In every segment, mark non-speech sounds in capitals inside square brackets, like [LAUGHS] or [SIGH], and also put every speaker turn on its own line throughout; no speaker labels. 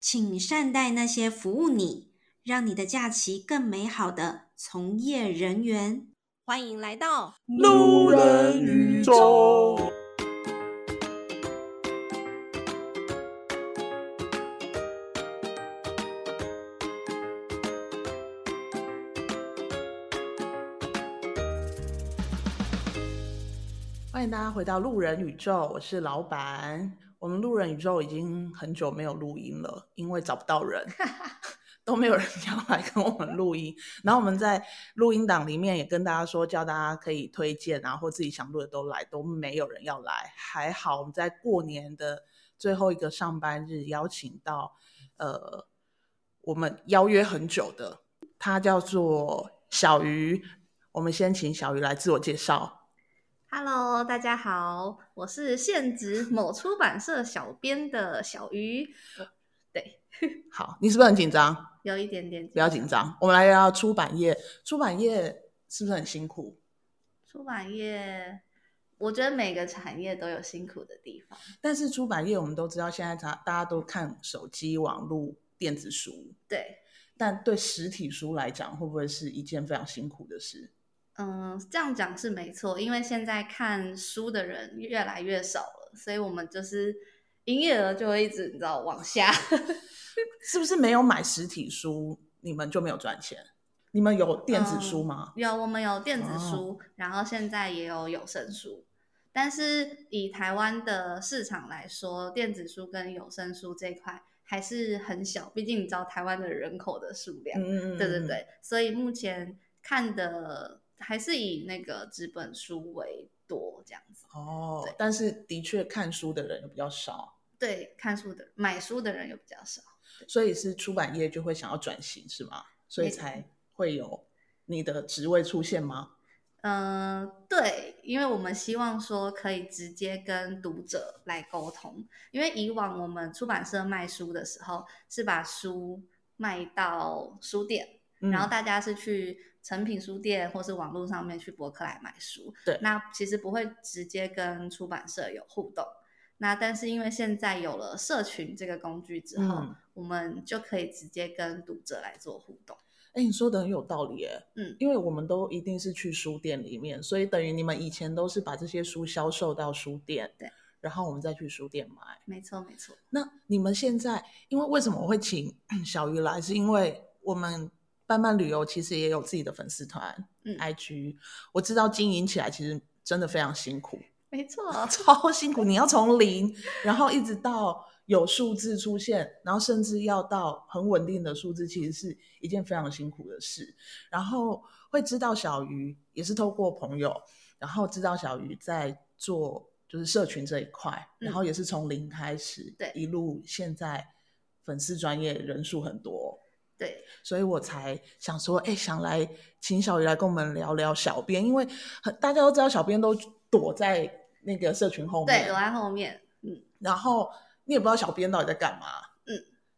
请善待那些服务你、让你的假期更美好的从业人员。欢迎来到
路人宇宙。欢迎大家回到路人宇宙，我是老板。我们路人宇宙已经很久没有录音了，因为找不到 [LAUGHS] 人，都没有人要来跟我们录音。然后我们在录音档里面也跟大家说，叫大家可以推荐啊，或自己想录的都来，都没有人要来。还好我们在过年的最后一个上班日邀请到，呃，我们邀约很久的，他叫做小鱼。我们先请小鱼来自我介绍。
Hello，大家好，我是现职某出版社小编的小鱼。对，
好，你是不是很紧张？
有一点点，
不要紧。张，我们来聊聊出版业。出版业是不是很辛苦？
出版业，我觉得每个产业都有辛苦的地方。
但是出版业我们都知道，现在大大家都看手机、网络、电子书，
对，
但对实体书来讲，会不会是一件非常辛苦的事？
嗯，这样讲是没错，因为现在看书的人越来越少了，所以我们就是营业额就会一直你知道往下。
是不是没有买实体书，你们就没有赚钱？你们有电子
嗯
书吗？
有，我们有电子
哦
书，然后现在也有有声书。但是以台湾的市场来说，电子书跟有声书这一块还是很小，毕竟你知道台湾的人口的数量，
嗯嗯嗯，
对对
嗯。
对，所以目前看的还是以那个纸本书为多这样子。
哦
对，
但是的确看书的人又比较少，
对，看书的买书的人又比较少。
所以是出版业就会想要转型，是吗？所以
没错
才会有你的职位出现吗？
嗯、对，因为我们希望说可以直接跟读者来沟通，因为以往我们出版社卖书的时候是把书卖到书店，
嗯
然后大家是去成品书店或是网络上面去博客来买书，
对
那其实不会直接跟出版社有互动。那但是因为现在有了社群这个工具之后，
嗯
我们就可以直接跟读者来做互动。
哎、你说的很有道理哎，
嗯
因为我们都一定是去书店里面，所以等于你们以前都是把这些书销售到书店，
对，
然后我们再去书店买。
没错，没错。
那你们现在，因为为什么我会请 [CLEARS THROAT] 小鱼来，是因为我们伴伴旅游其实也有自己的粉丝团、
嗯
IG，我知道经营起来其实真的非常辛苦，
没错，
超辛苦，你要从零， [LAUGHS] 然后一直到有数字出现，然后甚至要到很稳定的数字，其实是一件非常辛苦的事。然后会知道小鱼也是透过朋友，然后知道小鱼在做就是社群这一块，
嗯
然后也是从零开始，
对
一路现在粉丝专业人数很多，
对，
所以我才想说，哎、想来请小鱼来跟我们聊聊小编，因为很大家都知道小编都躲在那个社群后
对，
面
躲，在后面。
然后你也不知道小编到底在干嘛，
嗯，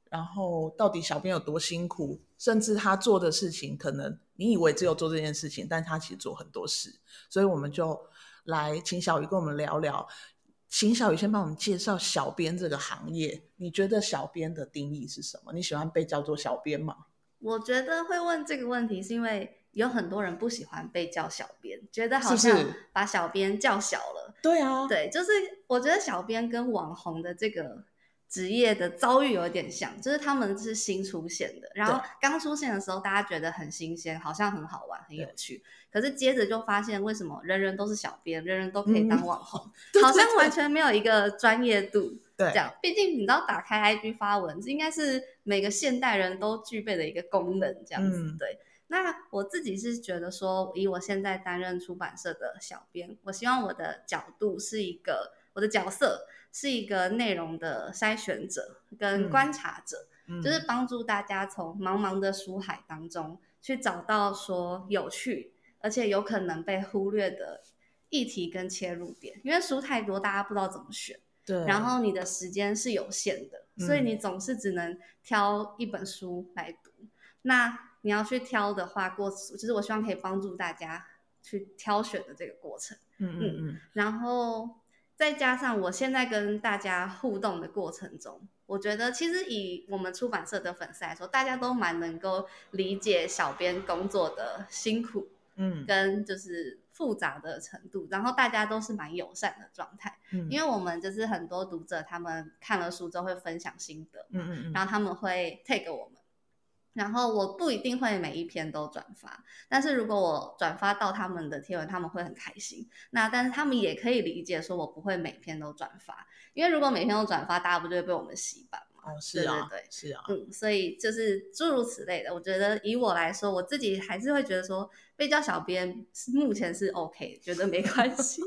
然后到底小编有多辛苦，甚至他做的事情，可能你以为只有做这件事情，但他其实做很多事，所以我们就来请小鱼跟我们聊聊。请小鱼先帮我们介绍小编这个行业，你觉得小编的定义是什么？你喜欢被叫做小编吗？
我觉得会问这个问题，是因为有很多人不喜欢被叫小编，觉得好
是不
像
是
把小编叫小了。
对啊，
对，就是我觉得小编跟网红的这个职业的遭遇有点像，就是他们是新出现的，然后
对
刚出现的时候大家觉得很新鲜，好像很好玩、很有
对
趣，可是接着就发现为什么人人都是小编，人人都可以当
嗯
网红，
对
好
对
像完
对
全没有一个专业度。
对
这样，毕竟你知道，打开 IG 发文，这应该是每个现代人都具备的一个功能，这样子。
嗯
对，那我自己是觉得说，以我现在担任出版社的小编，我希望我的角度是一个，我的角色是一个内容的筛选者跟
嗯
观察者，
嗯
就是帮助大家从茫茫的书海当中去找到说有趣，而且有可能被忽略的议题跟切入点，因为书太多，大家不知道怎么选。
对，
然后你的时间是有限的，
嗯
所以你总是只能挑一本书来读。那你要去挑的话，过就是我希望可以帮助大家去挑选的这个过程，
嗯嗯嗯，
然后再加上我现在跟大家互动的过程中，我觉得其实以我们出版社的粉丝来说，大家都蛮能够理解小编工作的辛苦
嗯
跟就是复杂的程度，然后大家都是蛮友善的状态。
嗯，
因为我们就是很多读者，他们看了书之后会分享心得，
嗯嗯嗯，
然后他们会 take 我们，然后我不一定会每一篇都转发，但是如果我转发到他们的贴文，他们会很开心。那但是他们也可以理解，说我不会每篇都转发，因为如果每篇都转发，大家不就会被我们洗版吗？
哦是啊
对对对
是啊，
嗯，所以就是诸如此类的。我觉得以我来说，我自己还是会觉得说被叫小编是目前是 OK，觉得没关系。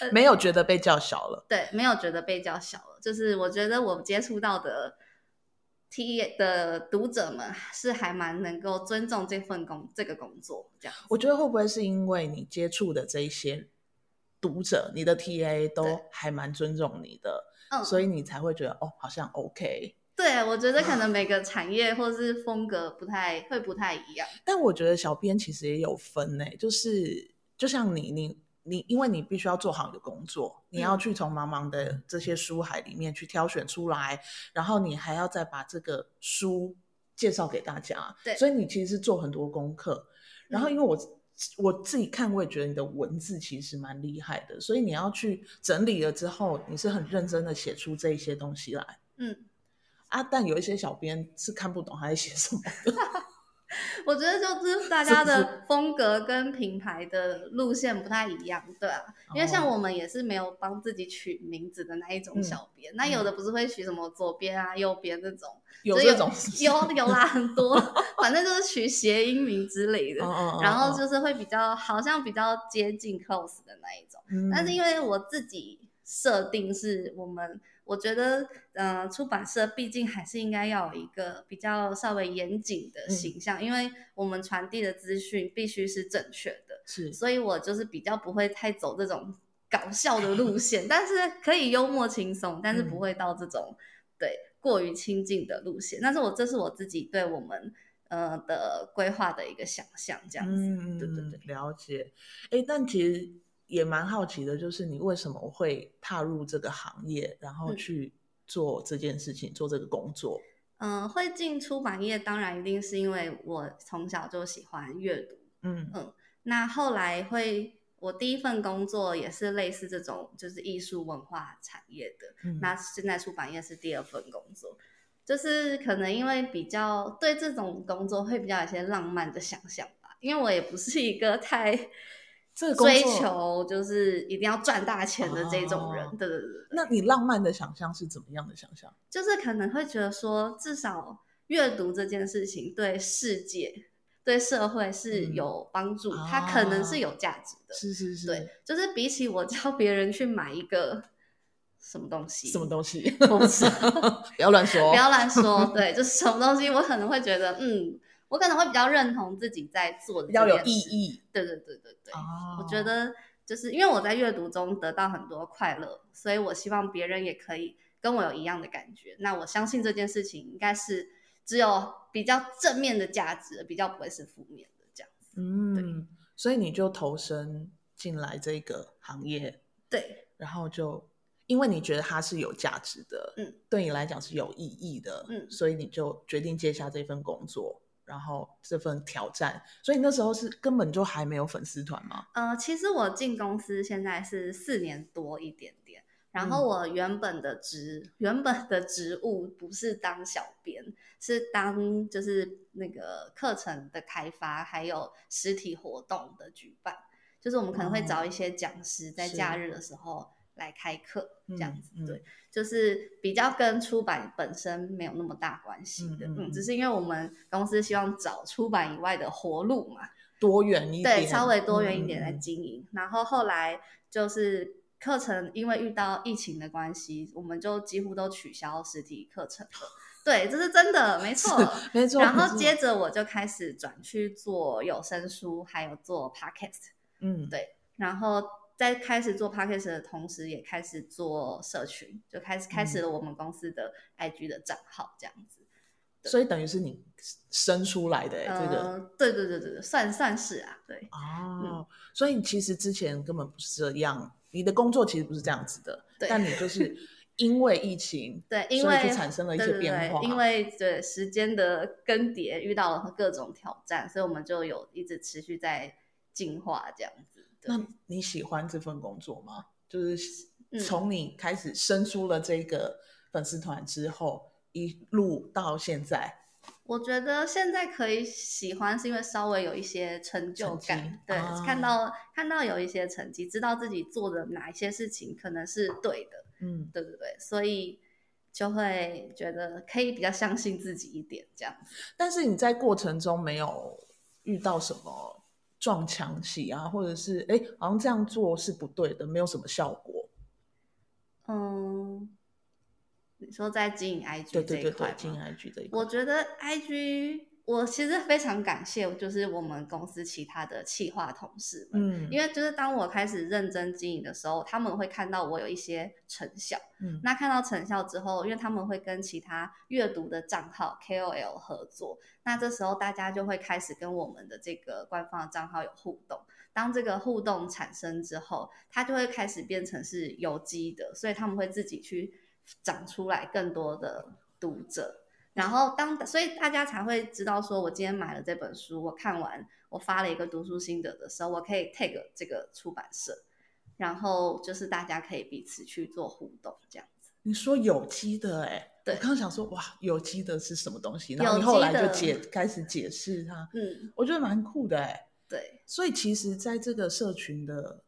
呃
没有觉得被叫小了，
对，没有觉得被叫小了，就是我觉得我接触到的 T 的读者们是还蛮能够尊重这份工这个工作这样。
我觉得会不会是因为你接触的这一些读者，你的 TA
对
都还蛮尊重你的，
嗯，
所
以
以你才会觉得哦，好像 OK。
对我觉得可能每个产业或是风格不太会不太一样。
但我觉得小编其实也有分呢、就是就像你你你，因为你必须要做好你的工作，你要
嗯
去从茫茫的这些书海里面去挑选出来，然后你还要再把这个书介绍给大家，
对
所以你其实是做很多功课。然后因为我、我自己看，我也觉得你的文字其实蛮厉害的，所以你要去整理了之后，你是很认真的写出这一些东西来。
嗯，
啊，但有一些小编是看不懂他在写什么的，
我觉得就是大家的风格跟品牌的路线不太一样，对啊，因为像
哦
我们也是没有帮自己取名字的那一种
嗯
小编，那有的不是会取什么左边啊、右边这种。
有
所以
这种是不是
有有啦，很多，反正就是取谐音名之类的，
哦
然后
哦
就是会比较好像比较接近 close 的那一种。
嗯
但是因为我自己设定是我们，我觉得，呃，出版社毕竟还是应该要有一个比较稍微严谨的
嗯
形象，因为我们传递的资讯必须是正确的。
嗯是
所以我就是比较不会太走这种搞笑的
[LAUGHS]
路线，但是可以幽默轻松，但是
嗯
不会到这种、对过于亲近的路线。但是我这是我自己对我们呃的规划的一个想象，这样子。
嗯，
对对
嗯
对，
了解。哎，但其实也蛮好奇的，就是你为什么会踏入这个行业，然后
嗯
去做这件事情，做这个工作？
嗯、会进出版业，当然一定是因为我从小就喜欢阅读。
嗯
那后来会，我第一份工作也是类似这种，就是艺术文化产业的。
嗯，
那现在出版业是第二份工作，就是可能因为比较对这种工作会比较有一些浪漫的想象吧，因为我也不是一个太
这个工
追
作
求就是一定要赚大钱的这种人，
哦
对对对对，
那你浪漫的想象是怎么样的想象？
就是可能会觉得说，至少阅读这件事情对世界、对社会是
嗯
有帮助，它可能
啊
是有价值的。
是是是，
对，就是比起我叫别人去买一个什么东西，
什么东西？
我不知道。
[LAUGHS] 不要乱说，
不要
[LAUGHS]
乱说，对，就是什么东西，我可能会觉得，嗯，我可能会比较认同自己在做的，
比较有意。义
对对对对对，
啊
我觉得就是因为我在阅读中得到很多快乐，所以我希望别人也可以跟我有一样的感觉。那我相信这件事情应该是只有比较正面的价值，比较不会是负面的这样子。
嗯，所以你就投身进来这个行业，
对，
然后就因为你觉得它是有价值的，
嗯，
对你来讲是有意义的，
嗯
所以你就决定接下这份工作，然后这份挑战。所以你那时候是根本就还没有粉丝团嘛？
呃，其实我进公司现在是四年多一点点，然后
嗯
我原本的职、原本的职务不是当小编，是当就是那个课程的开发，还有实体活动的举办，就是我们可能会
哦
找一些讲师在
是
假日的时候来开课，这样子、
嗯嗯
对。就是比较跟出版本身没有那么大关系的，
嗯嗯
嗯，
嗯
只是因为我们公司希望找出版以外的活路嘛，
多元一点，
对，稍微多元一点来
嗯嗯嗯
经营。然后后来就是课程，因为遇到疫情的关系，我们就几乎都取消实体课程了。对，这是真的，没错。
嗯没错。
然
没
后
错
接着我就开始转去做有声书，还有做 podcast。
嗯，
对然后在开始做 podcast 的同时，也开始做社群，就开始
嗯
开始了我们公司的 IG 的账号这样子。
所以等于是你生出来的、欸这个。
呃，对对对对对，算算是啊，对。嗯
哦，所以你其实之前根本不是这样，你的工作其实不是这样子的，
对
但你就是因为疫情，
对，因
所以
为
就产生了一
对
些
对
变
对
化
因为对时间的更迭遇到了各种挑战，所以我们就有一直持续在进化这样子。对
那你喜欢这份工作吗？就是
嗯
从你开始生出了这个粉丝团之后，一路到现在，
我觉得现在可以喜欢，是因为稍微有一些成就
成绩
感，对，
啊
看到看到有一些成绩，知道自己做的哪一些事情可能是对的，
嗯，
对对对，所以就会觉得可以比较相信自己一点这样子。
但是你在过程中没有遇到什么撞墙期啊，或者是哎，诶好像这样做是不对的，没有什么效果。
嗯，你说在经营 IG
对
这
对
一
对
块
对
吗，
进 IG 这一块
我，觉得 IG 我其实非常感谢，就是我们公司其他的企划同事们。
嗯，
因为就是当我开始认真经营的时候，他们会看到我有一些成效。
嗯
那看到成效之后，因为他们会跟其他阅读的账号 KOL 合作，那这时候大家就会开始跟我们的这个官方的账号有互动。当这个互动产生之后，它就会开始变成是有机的，所以他们会自己去长出来更多的读者。然后当所以大家才会知道，说我今天买了这本书，我看完，我发了一个读书心得的时候，我可以 tag 这个出版社，然后就是大家可以彼此去做互动，这样子。
你说有机的哎、诶
对
我刚刚想说哇，有机的是什么东西？
有
然后你后来就
机
解
的
开始解释它，
嗯，
我觉得蛮酷的哎、诶
对，
所以其实在这个社群的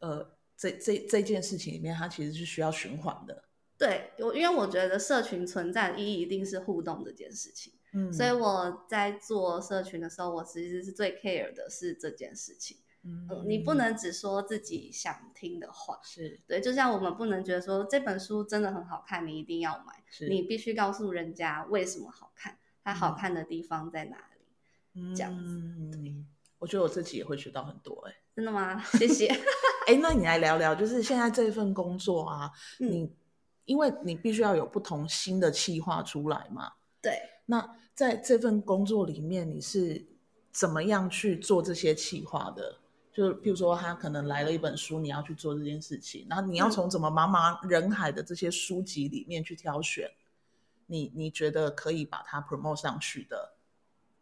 呃这这这件事情里面，它其实是需要循环的。
对我因为我觉得社群存在的意义一定是互动这件事情，
嗯
所以我在做社群的时候，我其实是最 care 的是这件事情。嗯，你不能只说自己想听的话，
是
对，就像我们不能觉得说这本书真的很好看，你一定要买，
是
你必须告诉人家为什么好看，它好看的地方在哪里。这样子
嗯，我觉得我自己也会学到很多哎、
真的吗？
[LAUGHS]
谢谢。
诶哎，那你来聊聊，就是现在这份工作啊，
嗯
你因为你必须要有不同新的企划出来嘛，
对，
那在这份工作里面，你是怎么样去做这些企划的？就是譬如说，他可能来了一本书，你要去做这件事情，然后你要
嗯
从怎么茫茫人海的这些书籍里面去挑选，你你觉得可以把它 promote 上去的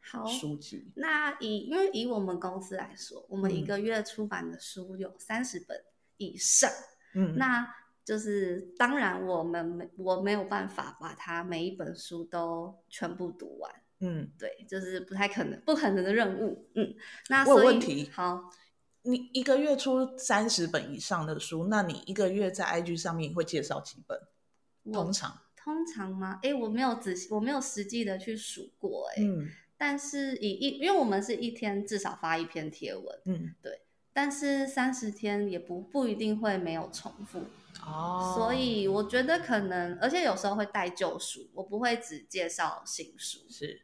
好。
书籍，
那以因为以我们公司来说，我们一
嗯
个月出版的书有三十本以上，
嗯，
那就是当然我们没我没有办法把它每一本书都全部读完，
嗯，
对，就是不太可能不可能的任务。嗯，那
我有
所以
问题
好，
你一个月出三十本以上的书，那你一个月在 IG 上面会介绍几本？
我
通常，
通常吗？诶，我没有仔细，我没有实际的去数过、诶，
嗯
但是以一，因为我们是一天至少发一篇贴文，
嗯，
但是三十天也不不一定会没有重复，
哦，
所以我觉得可能，而且有时候会带旧书，我不会只介绍新书，
是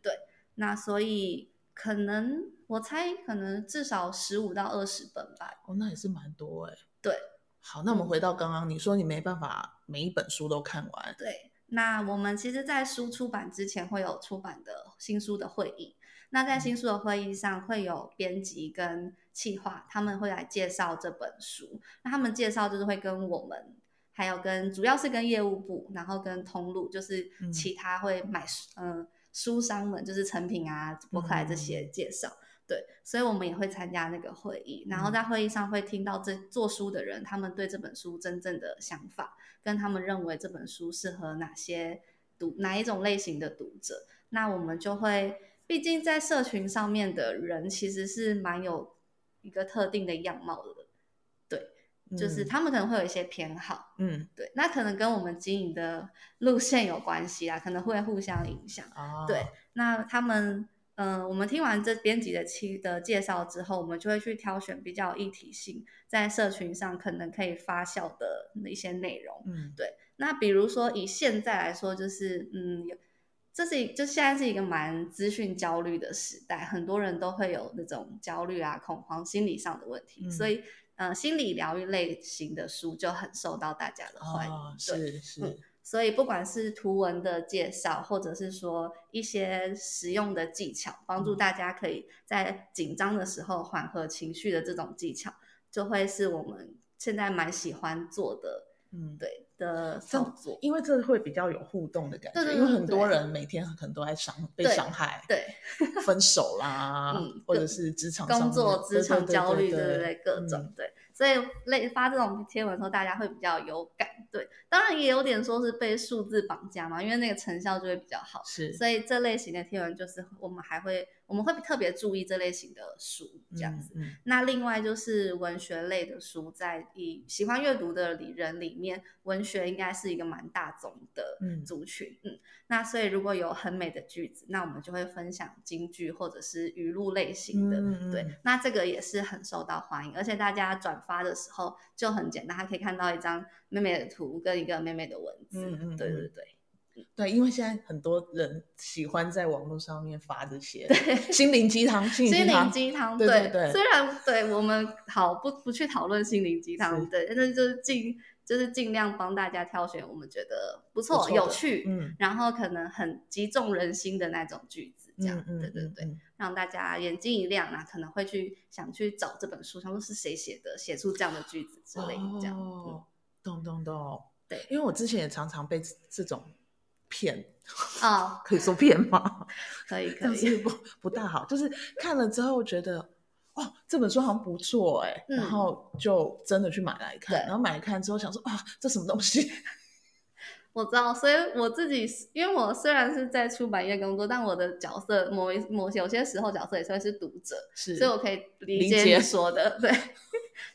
那所以可能我猜可能至少十五到二十本吧，
哦，那也是蛮多哎、
对。嗯
好，那我们回到刚刚，你说你没办法每一本书都看完，
对，那我们其实，在书出版之前会有出版的新书的会议。那在新书的会议上，会有编辑跟企划，他们会来介绍这本书。那他们介绍就是会跟我们，还有跟主要是跟业务部，然后跟通路，就是
嗯
其他会买书，嗯、书商们就是成品啊、博客来这些介绍。对，所以我们也会参加那个会议，然后
嗯
在会议上会听到这做书的人他们对这本书真正的想法，跟他们认为这本书适合哪些读哪一种类型的读者，那我们就会，毕竟在社群上面的人其实是蛮有一个特定的样貌的，就是
嗯
他们可能会有一些偏好，
嗯
对，那可能跟我们经营的路线有关系啊，可能会互相影响。
啊，
对，那他们，嗯、我们听完这编辑的期的介绍之后，我们就会去挑选比较有一体性，在社群上可能可以发酵的一些内容。
嗯
那比如说以现在来说，就是嗯，有这是一就现在是一个蛮资讯焦虑的时代，很多人都会有那种焦虑啊、恐慌、心理上的问题，
嗯
所以呃，心理疗愈类型的书就很受到大家的欢迎。
啊，
对，
是是，
所以不管是图文的介绍，或者是说一些实用的技巧，
嗯
帮助大家可以在紧张的时候缓和情绪的这种技巧，就会是我们现在蛮喜欢做的
嗯，
对的
这
操
样
作。
因为这会比较有互动的感觉，
对对
因为
对
很多
对
人每天可能都在伤被
对
伤害，
对，
分手啦，
嗯
或者
对
是职场上
工作、
面
职场焦虑，
对
对
对嗯
不对？各种、对，所以类发这种贴文的时候，大家会比较有感。对，当然也有点说是被数字绑架嘛，因为那个成效就会比较好。
是
所以这类型的贴文就是我们还会我们会特别注意这类型的书这样子。。
嗯嗯
那另外就是文学类的书，在以喜欢阅读的人里面，文学应该是一个蛮大众的
嗯
族群。嗯那所以如果有很美的句子，那我们就会分享京剧或者是语录类型的。
嗯嗯
对
嗯，
那这个也是很受到欢迎，而且大家转发的时候就很简单，他可以看到一张妹妹的图跟一个妹妹的文字。
嗯嗯
对
嗯
对对。
对，因为现在很多人喜欢在网络上面发这些心灵鸡汤，心灵
心
鸡
灵
汤，
鸡汤，
对对对
虽然对我们好不不去讨论心灵鸡汤
是，
对，但是就是尽就是尽量帮大家挑选我们觉得不错、
不错的
有趣，
嗯，
然后可能很击中人心的那种句子，这样，
嗯嗯
对对
嗯
对，
嗯
让大家眼睛一亮啊，可能会去想去找这本书，想说是谁写的，写出这样的句子之类的，这样，嗯
哦，懂懂懂，
对
因为我之前也常常被这这种骗，
哦，
可以说骗吗？ [LAUGHS]
可以可
但是 [LAUGHS]
以，
不不大好，就是看了之后觉得，哦，这本书好像不错哎、
嗯
然后就真的去买来看，
对
然后买来看之后想说，啊，这什么东西？ [LAUGHS]
我知道，所以我自己，因为我虽然是在出版业工作，但我的角色某一某有些时候角色也算是读者，
是
所以我可以理
理
解
解 [LAUGHS]
你说的，对，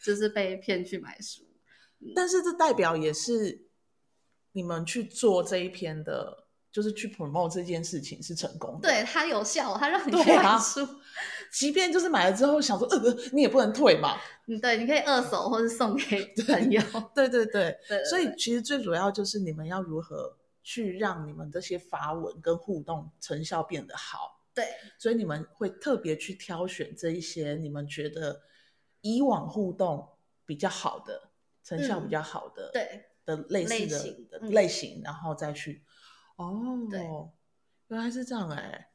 就是被骗去买书。
但是这代表也是你们去做这一篇的，就是去 promote 这件事情是成功的。
对，它有效，它让你去
对啊
买书，
即便就是买了之后想说，呃，你也不能退嘛。
你嗯对，你可以二手或是送给朋友。
[LAUGHS] 对对对，
对，
所以其实最主要就是你们要如何去让你们这些发文跟互动成效变得好。
对，
所以你们会特别去挑选这一些你们觉得以往互动比较好的、成效比较好的，
嗯对
的类似
类
的
型
的
嗯
类型，然后再去
对
哦，原来是这样哎、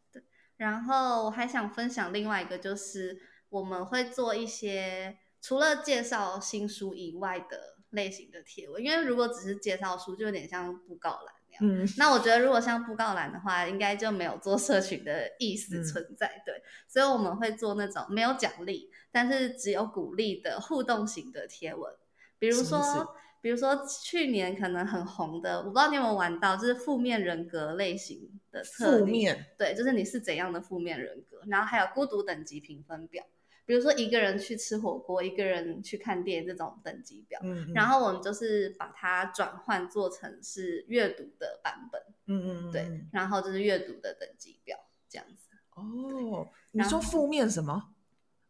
然后我还想分享另外一个，就是我们会做一些除了介绍新书以外的类型的贴文，因为如果只是介绍书，就有点像布告栏那样。
嗯，
那我觉得，如果像布告栏的话，应该就没有做社群的意思
嗯
存在，对。所以我们会做那种没有奖励，但是只有鼓励的互动型的贴文，比如
什么意思
说，比如说去年可能很红的，我不知道你有没有玩到，就是负面人格类型的测
负
验
面
对，就是你是怎样的负面人格，然后还有孤独等级评分表，比如说一个人去吃火锅，一个人去看电影这种等级表。
嗯，嗯，
然后我们就是把它转换做成是阅读的版本，
嗯嗯嗯，
对，
嗯
然后就是阅读的等级表这样子。
哦，你
然
说
后
负面什么？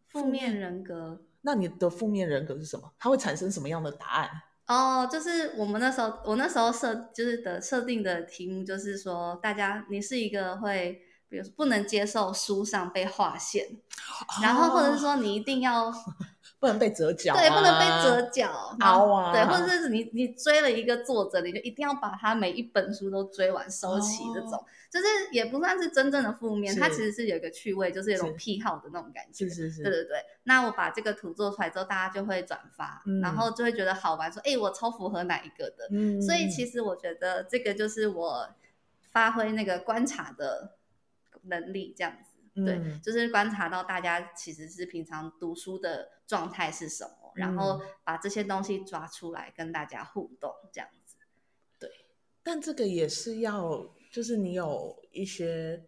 负面人格
那你的负面人格是什么？它会产生什么样的答案？
哦，就是我们那时候，我那时候设就是的设定的题目就是说，大家你是一个会，比如说不能接受书上被划线，然后或者
哦
是说你一定要
不能被折角、啊，
对，不
[LAUGHS]
能被折。角、然后
凹啊
对，或者是你你追了一个作者，你就一定要把他每一本书都追完收齐，这种、
哦
就是也不算是真正的负面，
是
它其实是有一个趣味，就是有一种
是
癖好的那种感觉。
是是是，
对对对，那我把这个图做出来之后，大家就会转发，
嗯
然后就会觉得好玩，说哎，我超符合哪一个的。
嗯
所以其
实
实我觉得这个就是我发挥那个观察的能力，这样子。对，
嗯
就是观察到大家其实是平常读书的状态是什么，然
嗯
后把这些东西抓出来跟大家互动，这样子。
但这个也是要，就是你有一些，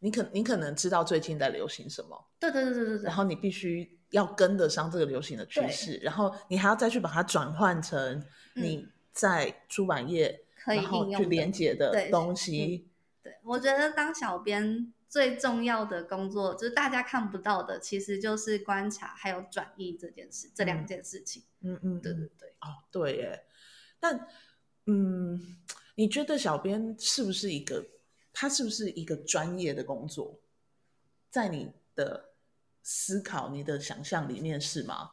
你可你可能知道最近在流行什么，
对对对对对对
然，后你必须要跟得上这个流行的趋
对嗯
势，然后你还要再去把它转换成你在出版业，
可以
然后
应用
去
的
连接的
对嗯
东西。
对，我觉得当小编最重要的工作，就是大家看不到的，其实就是观察还有转译这件事，这两
嗯
件事情。
嗯嗯，
对
嗯
对对，
哦，对耶。但嗯，你觉得小编是不是一个，他是不是一个专业的工作？在你的思考、你的想象里面是吗？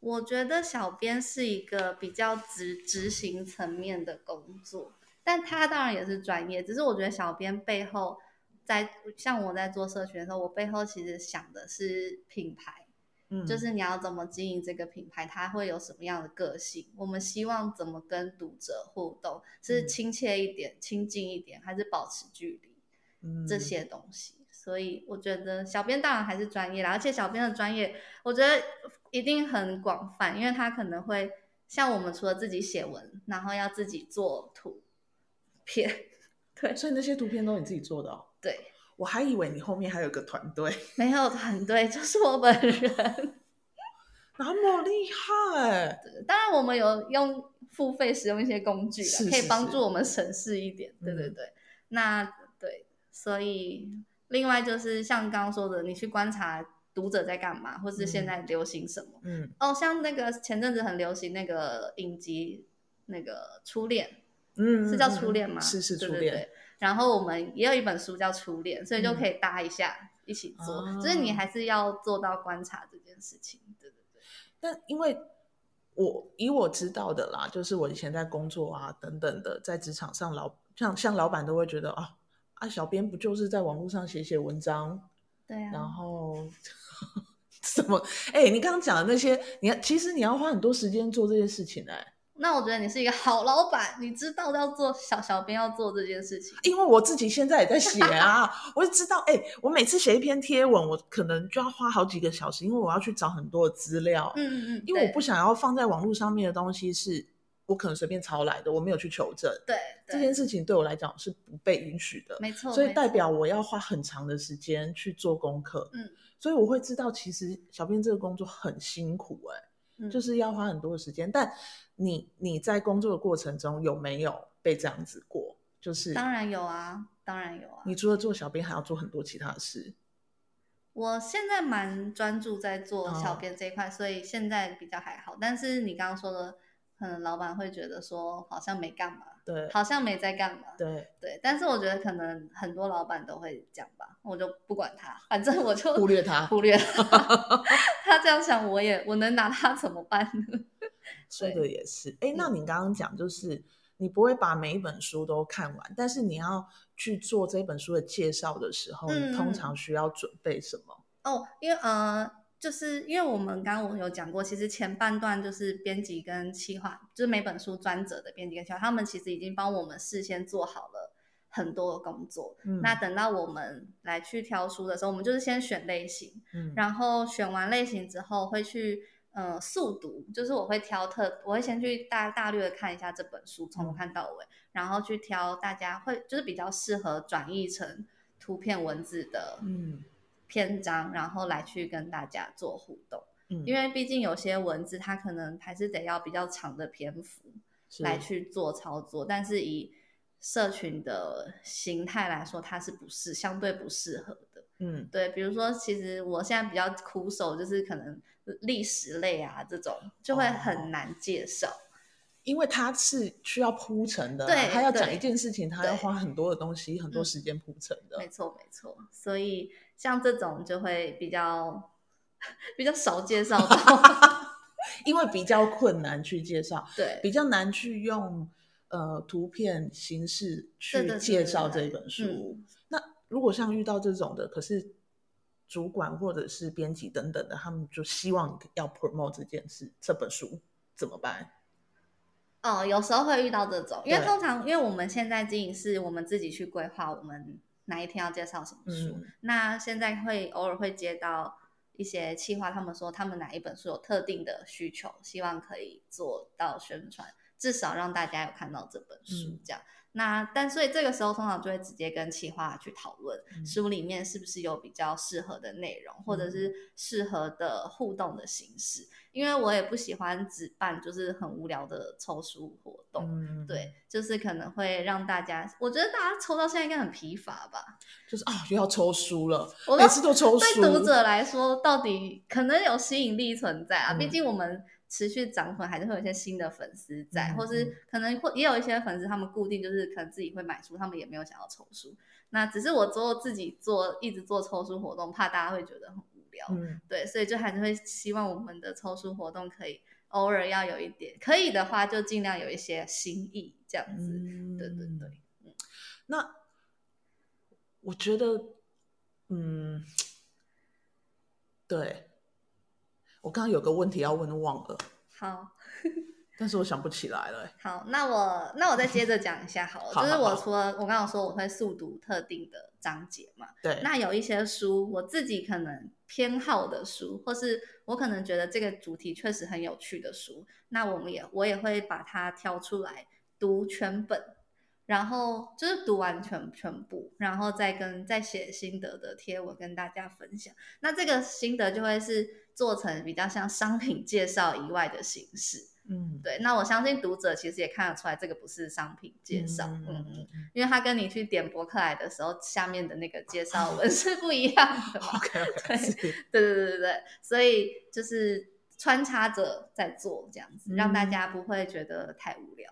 我觉得小编是一个比较执执行层面的工作，但他当然也是专业，只是我觉得小编背后在像我在做社群的时候，我背后其实想的是品牌，
嗯，
就是你要怎么经营这个品牌，它会有什么样的个性？我们希望怎么跟读者互动，是
嗯
亲切一点、亲近一点，还是保持距离？这
嗯
些东西。所以我觉得小编当然还是专业啦，而且小编的专业，我觉得一定很广泛，因为他可能会像我们除了自己写文，然后要自己做图片，
所以那些图片都是你自己做的哦。
对，
我还以为你后面还有一个团队，
没有团队就是我本人。
那么厉害，
当然我们有用付费使用一些工具啦，
是
可以
是
帮
是
助我们省事一点。对对
嗯
对，那对，所以另外就是像刚刚说的，你去观察读者在干嘛，或是现
嗯
在流行什么。
嗯，
哦，像那个前阵子很流行那个影集，那个初恋
嗯，
是叫
嗯
初恋吗？
是是
对
初
对
恋嗯
对，然后我们也有一本书叫《初恋》，所以就可以搭一下、一起做，就是你
哦
还是要做到观察这件事情。对对对，
但因为我以我知道的啦，就是我以前在工作啊等等的，在职场上老像像老板都会觉得啊啊，小编不就是在网络上写写文章，
对啊。
然后 [LAUGHS] 什么？哎、你刚刚讲的那些，你其实你要花很多时间做这些事情哎、
那我觉得你是一个好老板，你知道要做小小编要做这件事情。
因为我自己现在也在写啊， [LAUGHS] 我就知道，哎、我每次写一篇贴文，我可能就要花好几个小时，因为我要去找很多的资料，
嗯嗯嗯，
因为我
对
不想要放在网络上面的东西是我可能随便抄来的，我没有去求证。
对
这
对
件事情对我来讲是不被允许的，
没错，
所以
没
代
错
表我要花很长的时间去做功课。
嗯，
所以我会知道，其实小编这个工作很辛苦、哎，
嗯
就是要花很多的时间。但你你在工作的过程中有没有被这样子过？就是
当然有啊，当然有啊。
你除了做小编，还要做很多其他的事。
我现在蛮专注在做小
哦
编这一块，所以现在比较还好。但是你刚刚说的，可能老板会觉得说好像没干嘛，
对，
好像没在干嘛，
对，
对。但是我觉得可能很多老板都会这样吧，我就不管他，反正我就
忽略他。
忽略他， [LAUGHS] 他这样想我也我能拿他怎么办呢？
说
对嗯
的也是。哎、那你刚刚讲就是你不会把每一本书都看完，但是你要去做这本书的介绍的时候，
嗯
你通
嗯
常需要准备什么？
哦，因为呃，就是因为我们刚刚我有讲过，其实前半段就是编辑跟企划，就是每本书专责的编辑跟企划，他们其实已经帮我们事先做好了很多的工作。
嗯
那等到我们来去挑书的时候，我们就是先选类型，
嗯
然后选完类型之后会去。呃，速读就是我会挑特，我会先去大大略的看一下这本书，从头
嗯
看到尾，然后去挑大家会就是比较适合转译成图片文字的
嗯
篇章，然后来去跟大家做互动。
嗯，
因为毕竟有些文字它可能还是得要比较长的篇幅
是
来去做操作，但是以社群的形态来说，它是不是相对不适合的？
嗯
对，比如说，其实我现在比较苦手就是可能历史类啊这种，就会
哦
很难介绍。
因为它是需要铺陈的啊，
对
他要讲
对
一件事情，他要
对
花很多的东西，很多
嗯
时间铺陈的
没。错，没错。所以像这种就会比较 [LAUGHS] 比较少介绍到。
因为比较困难去介绍，
对，
比较难去用呃图片形式
对对
去
对
介
对
绍这
对
本书。
嗯
那如果像遇到这种的，可是主管或者是编辑等等的，他们就希望要 promote 这件事，这本书怎么办？
哦，有时候会遇到这种，因为
对
通常因为我们现在经营是我们自己去规划我们哪一天要介绍什么书，
嗯
那现在会偶尔会接到一些企划，他们说他们哪一本书有特定的需求，希望可以做到宣传，至少让大家有看到这本书
嗯
这样。那但所以这个时候通常就会直接跟企划去讨论、
嗯
书里面是不是有比较适合的内容，或者
嗯
是适合的互动的形式。因为我也不喜欢只办就是很无聊的抽书活动。
嗯，
对，，就是可能会让大家，我觉得大家抽到现在应该很疲乏吧。
就是啊、又要抽书了，
我
每
都
次都抽书。
对读者来说，到底可能有吸引力存在啊？毕
嗯
竟我们持续涨粉，还是会有一些新的粉丝在，
嗯
或
嗯
是可能或也有一些粉丝，他们固定就是可能自己会买书，他们也没有想要抽书。那只是我之后自己做，一直做抽书活动，怕大家会觉得很无聊。
嗯，
对，所以就还是会希望我们的抽书活动可以偶尔要有一点，可以的话就尽量有一些新意这样子。
嗯，
对对对。
那我觉得，嗯，对，我刚刚有个问题要问忘了，
好
但是我想不起来了、欸。
好，那我那我再接着讲一下好了，
[LAUGHS] 好
就是
好
我
好
除了我刚刚有说我会速读特定的章节嘛，
对，
那有一些书，我自己可能偏好的书，或是我可能觉得这个主题确实很有趣的书，那我们也我也会把它挑出来读全本，然后就是读完全全部，然后再跟再写心得的贴文跟大家分享。那这个心得就会是做成比较像商品介绍以外的形式。
嗯，
对，那我相信读者其实也看得出来，这个不是商品介绍。嗯嗯嗯。
嗯
因为他跟你去点博客来的时候，下面的那个介绍文是不一样的嘛。
，OK，
对
OK，是
[LAUGHS] 对对对对对，所以就是穿插着在做这样子，让
嗯
大家不会觉得太无聊。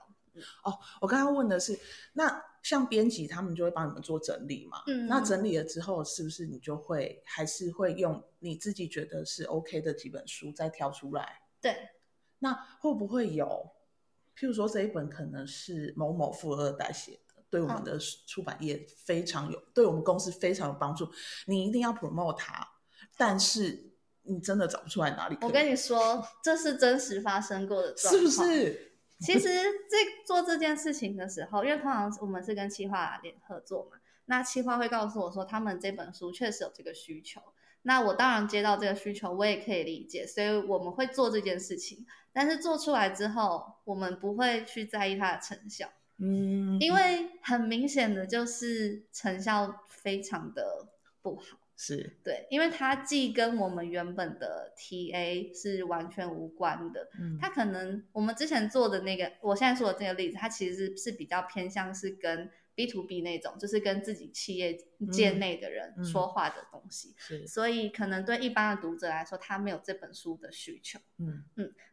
我刚刚问的是，那像编辑他们就会帮你们做整理嘛？
嗯
那整理了之后，是不是你就会还是会用你自己觉得是 OK 的几本书再挑出来？
对，
那会不会有，譬如说这一本可能是某某富二代写的，对我们
嗯
的出版业非常有，对我们公司非常有帮助，你一定要 promote 它，但是你真的找不出来哪里可以，
我跟你说，这是真实发生过的状
是
况，
不？是？
其实这做这件事情的时候，因为通常我们是跟企划联合作嘛，那企划会告诉我说，他们这本书确实有这个需求。那我当然接到这个需求，我也可以理解，所以我们会做这件事情。但是做出来之后，我们不会去在意它的成效，
嗯，
因为很明显的就是成效非常的不好。
是，
对，因为它既跟我们原本的 TA 是完全无关的，
嗯，
它可能我们之前做的那个，我现在说的这个例子，它其实是比较偏向是跟 B to B 那种，就是跟自己企业界
嗯
内的人
嗯
说话的东西，
是，
所以可能对一般的读者来说，他没有这本书的需求。
嗯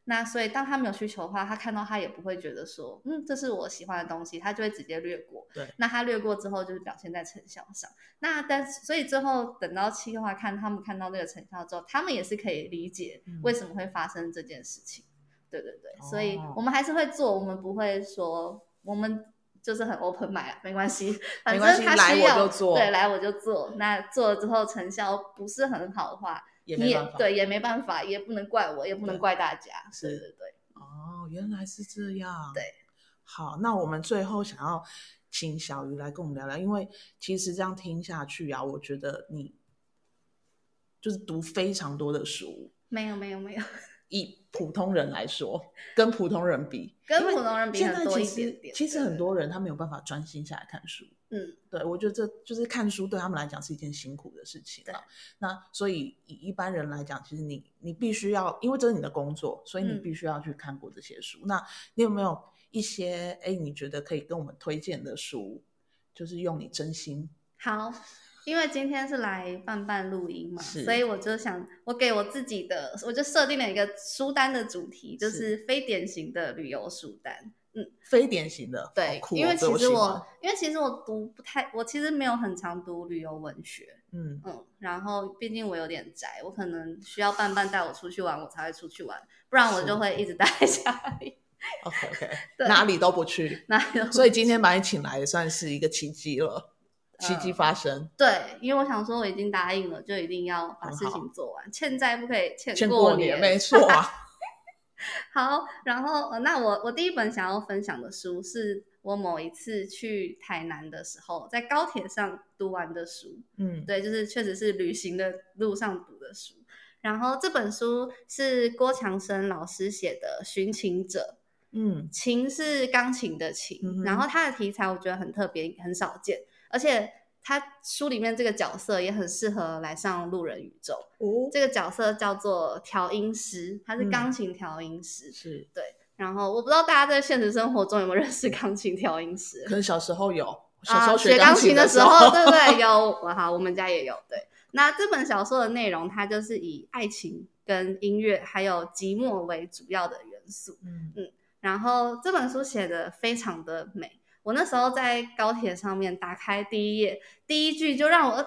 那所以当他没有需求的话，他看到他也不会觉得说，嗯，这是我喜欢的东西，他就会直接略过。
对
那他略过之后，就是表现在成效上。那但是所以最后等到企划看他们看到这个成效之后，他们也是可以理解
嗯
为什么会发生这件事情。对对对，所以
哦
我们还是会做，我们不会说我们。就是很 open 买啊，没关系，反
没
正
关系
他
来
需
我
要
就做
对，来我就做。那做了之后成效不是很好的话，
也
你
没
也
办法，
对，也没办法，也不能怪我，也不能
对
怪大家。对
是
对对，
哦，原来是这样。
对，
好，那我们最后想要请小鱼来跟我们聊聊，因为其实这样听下去啊，我觉得你就是读非常多的书，
没有没有没有，
以普通人来说，跟普通人比，
[LAUGHS] 跟
因为
普通人比
现
很
在
多
其
一
实
点点
其实
对
很多人他没有办法专心下来看书，
嗯，
对我觉得这就是看书对他们来讲是一件辛苦的事情
对
啊。那所以以一般人来讲，其实你你必须要，因为这是你的工作，所以你
嗯
必须要去看过这些书。那你有没有一些哎，你觉得可以跟我们推荐的书，就是用你真心
好。因为今天是来伴伴录音嘛，
是
所以我就想，我给我自己的，我就设定了一个书单的主题，就是非典型的旅游书单。
非典型的？
对，
好酷哦
因为
这
其实
喜
我
欢
因为其实我读不太，我其实没有很常读旅游文学，
嗯
嗯，然后毕竟我有点宅，我可能需要伴伴带我出去玩，我才会出去玩，不然我
是
就会一直待在家里，
，OK OK，
[LAUGHS] 对
哪里都不去。
[LAUGHS] 哪有
所以今天把你请来也算是一个奇迹了，奇迹
嗯
发生。
对，因为我想说我已经答应了，就一定要把
很
事
好
情做完，欠债不可以欠
欠
过
过年，
[LAUGHS]
没错啊，
好，然后呃那我我第一本想要分享的书是我某一次去台南的时候，在高铁上读完的书。
嗯，
对，就是确实是旅行的路上读的书。然后这本书是郭强生老师写的《寻情者》， [LAUGHS]
嗯，
琴是钢琴的琴，
嗯哼
然后它的题材我觉得很特别，很少见，而且它书里面这个角色也很适合来上路人宇宙。
哦，
这个角色叫做调音师，他是
嗯
钢琴调音师。
是，
然后我不知道大家在现实生活中有没有认识钢琴调音师
可？能小时候有， [LAUGHS] 小时
啊，
候
学
钢
琴
的
时候， [LAUGHS] 对不
[LAUGHS]
对？有，我好，我们家也有。对，那这本小说的内容，它就是以爱情、跟音乐还有寂寞为主要的元素。
嗯
然后这本书写的非常的美。我那时候在高铁上面打开第一页，第一句就让我啊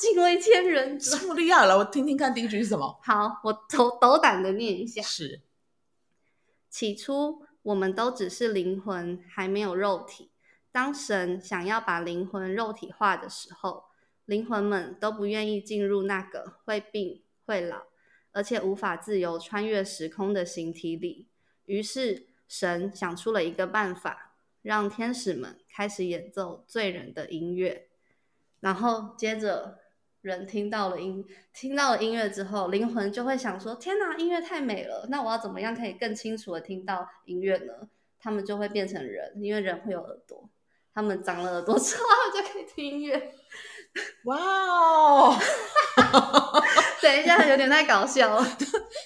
惊为天人。
这么厉害了，我听听看第一句是什么？
好，我斗斗胆的念一下：
是，
起初我们都只是灵魂，还没有肉体。当神想要把灵魂肉体化的时候，灵魂们都不愿意进入那个会病、会老，而且无法自由穿越时空的形体里。于是，神想出了一个办法，让天使们开始演奏罪人的音乐。然后接着，人听到了音，听到了音乐之后，灵魂就会想说：“天哪，音乐太美了！那我要怎么样可以更清楚的听到音乐呢？”他们就会变成人，因为人会有耳朵。他们长了耳朵之后，他们就可以听音乐。
哇哦，
等一下，有点太搞笑了。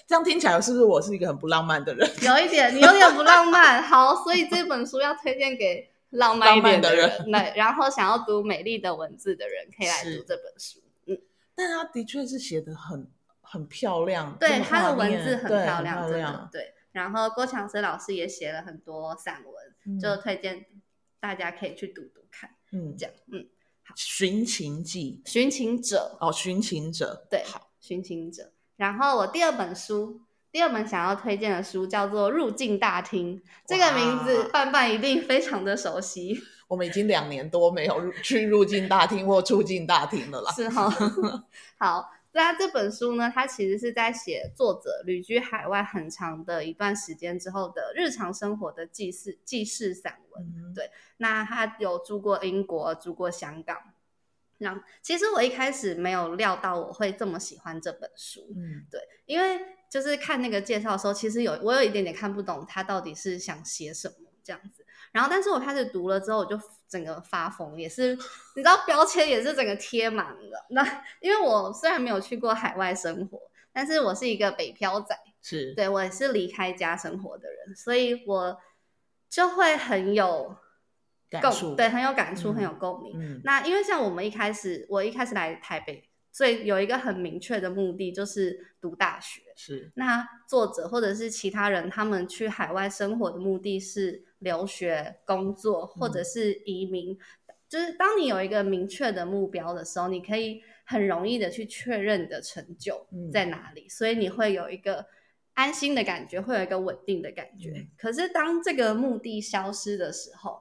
这样听起来是不是我是一个很不浪漫的人？ [LAUGHS]
有一点，你有点不浪漫。好，所以这本书要推荐给浪漫一点
浪
人，那然后想要读美丽的文字的人，可以来
是
读这本书。
但他的确是写的很很漂亮，这
对，
个
它的
画
文
面
字很
对
漂亮，
漂
真的
亮。
对。然后郭强生老师也写了很多散文，就推荐大家可以去读读看。
嗯，
这样，嗯，
寻情记
《寻情者》
哦，寻情者，
对，寻情者。然后我第二本书，第二本想要推荐的书叫做《入境大厅》，这个名字
哇
伴伴一定非常的熟悉。
我们已经两年多没有入去入境大厅或出境大厅了啦。
是哈、哦， [LAUGHS] 好。那这本书呢，它其实是在写作者旅居海外很长的一段时间之后的日常生活的记事记事散文。
嗯
对那他有住过英国，住过香港。然后，其实我一开始没有料到我会这么喜欢这本书，
嗯，
因为就是看那个介绍的时候，其实有我有一点点看不懂他到底是想写什么这样子。然后，但是我开始读了之后，我就整个发疯，也是你知道标签也是整个贴满了。那因为我虽然没有去过海外生活，但是我是一个北漂仔，
是，
对我也是离开家生活的人，所以我就会很有
感触
共，对，，很有感触，
嗯
很有共鸣。
嗯
那因为像我们一开始，我一开始来台北，所以有一个很明确的目的，就是读大学。
是，
那作者或者是其他人，他们去海外生活的目的是留学、工作或
嗯
者是移民。就是当你有一个明确的目标的时候，你可以很容易的去确认你的成就
嗯
在哪里，所以你会有一个安心的感觉，会有一个稳定的感觉。
嗯
可是当这个目的消失的时候，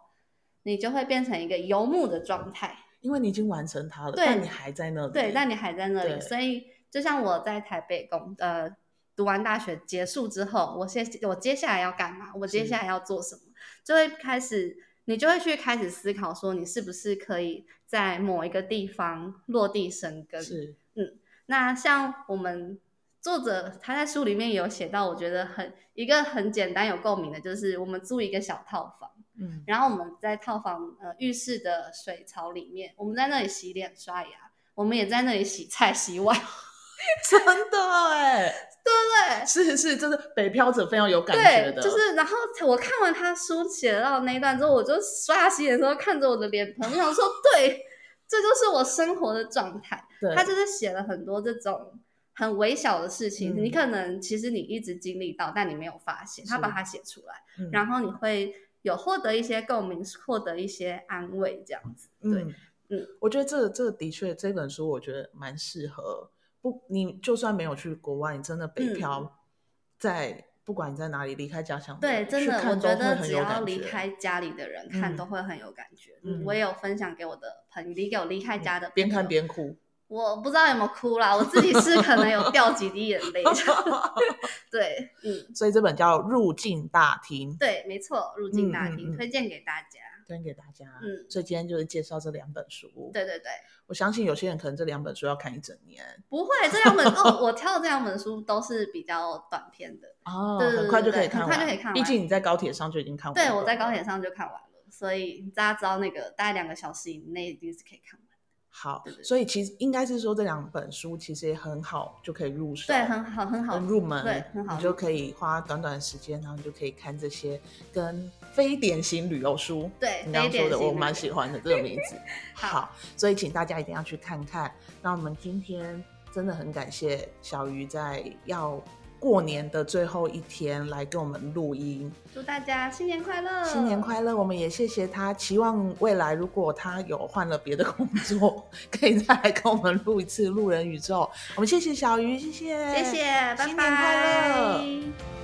你就会变成一个游牧的状态。
因为你已经完成它了，
对
但你还在那里，
对，但你还在那里，
嗯对
所以就像我在台北工呃读完大学结束之后，我接我接下来要干嘛？我接
是
下来要做什么？就会开始，你就会去开始思考说，你是不是可以在某一个地方落地生根？
是，
那像我们作者他在书里面也有写到，我觉得很一个很简单有共鸣的，就是我们租一个小套房。 [LAUGHS]
嗯，
然后我们在套房呃浴室的水槽里面，我们在那里洗脸刷牙，我们也在那里洗菜洗碗，
真的哎，
对
是是，这是北漂者非常 [LAUGHS] 有感
不
觉
对？
的，
对，就是然后我看完他书写到那一段之后，我就刷牙洗脸的时候看着我的脸盆，我想说，对，这就是我生活的状态。
对
他就是写了很多这种。很微小的事情，
嗯
你可能其实你一直经历到，但你没有发现，他
是
把它写出来，
嗯
然后你会有获得一些共鸣，获得一些安慰，这样子。对，
嗯
嗯
我觉得这这的确这本书，我觉得蛮适合不，你就算没有去国外，你真的北
嗯
漂，在不管你在哪里离开家乡的
对，
人，
真
去
的，我
看
觉
都会
得
很
只
有
要
感
离
觉
开家里的人看
嗯
都会很有感觉。嗯，
嗯
我也有分享给我的朋友，离给我离开家的朋友
边看，边哭，
我不知道有没有哭啦，我自己是可能
[LAUGHS]
有掉几滴眼泪。对，嗯，
所以这本叫《入境大厅》，
对，没错，入境
嗯
大
嗯
厅、
嗯
推荐给大家。
推荐给大家。
嗯
所以今天就是介绍这两本书。
对，对对，
我相信有些人可能这两本书要看一整年
不会，这两本
[LAUGHS]
哦，我挑的这两本书都是比较短篇的。
哦，
对对
很快就可以
对很
看
快
完，
就可以看
毕
完
竟你在高铁上就已经看完。
对，我在高铁。上就看完了，所以大家知道那个大概两个小时以内一定是可以看完。
好
对对，对
所以其实应该是说这两本书其实也很好，就可以入手。
对，很好，很好
很，入门，
对很好
你就可以花短短的时间，然后你就可以看这些跟非典型旅游书。
对，
你刚刚
非典
说的，
型
我
旅
蛮
游
喜欢的这个名
[LAUGHS]
字。
好
好，所以请大家一定要去看看。那我们今天真的很感谢小鱼在要过年的最后一天来跟我们录音，
祝大家新年快乐！
新年快乐！我们也谢谢他，期望未来如果他有换了别的工作， [LAUGHS] 可以再来跟我们录一次《路人宇宙》。我们谢谢小鱼，谢谢，
谢谢，拜拜，
新年快乐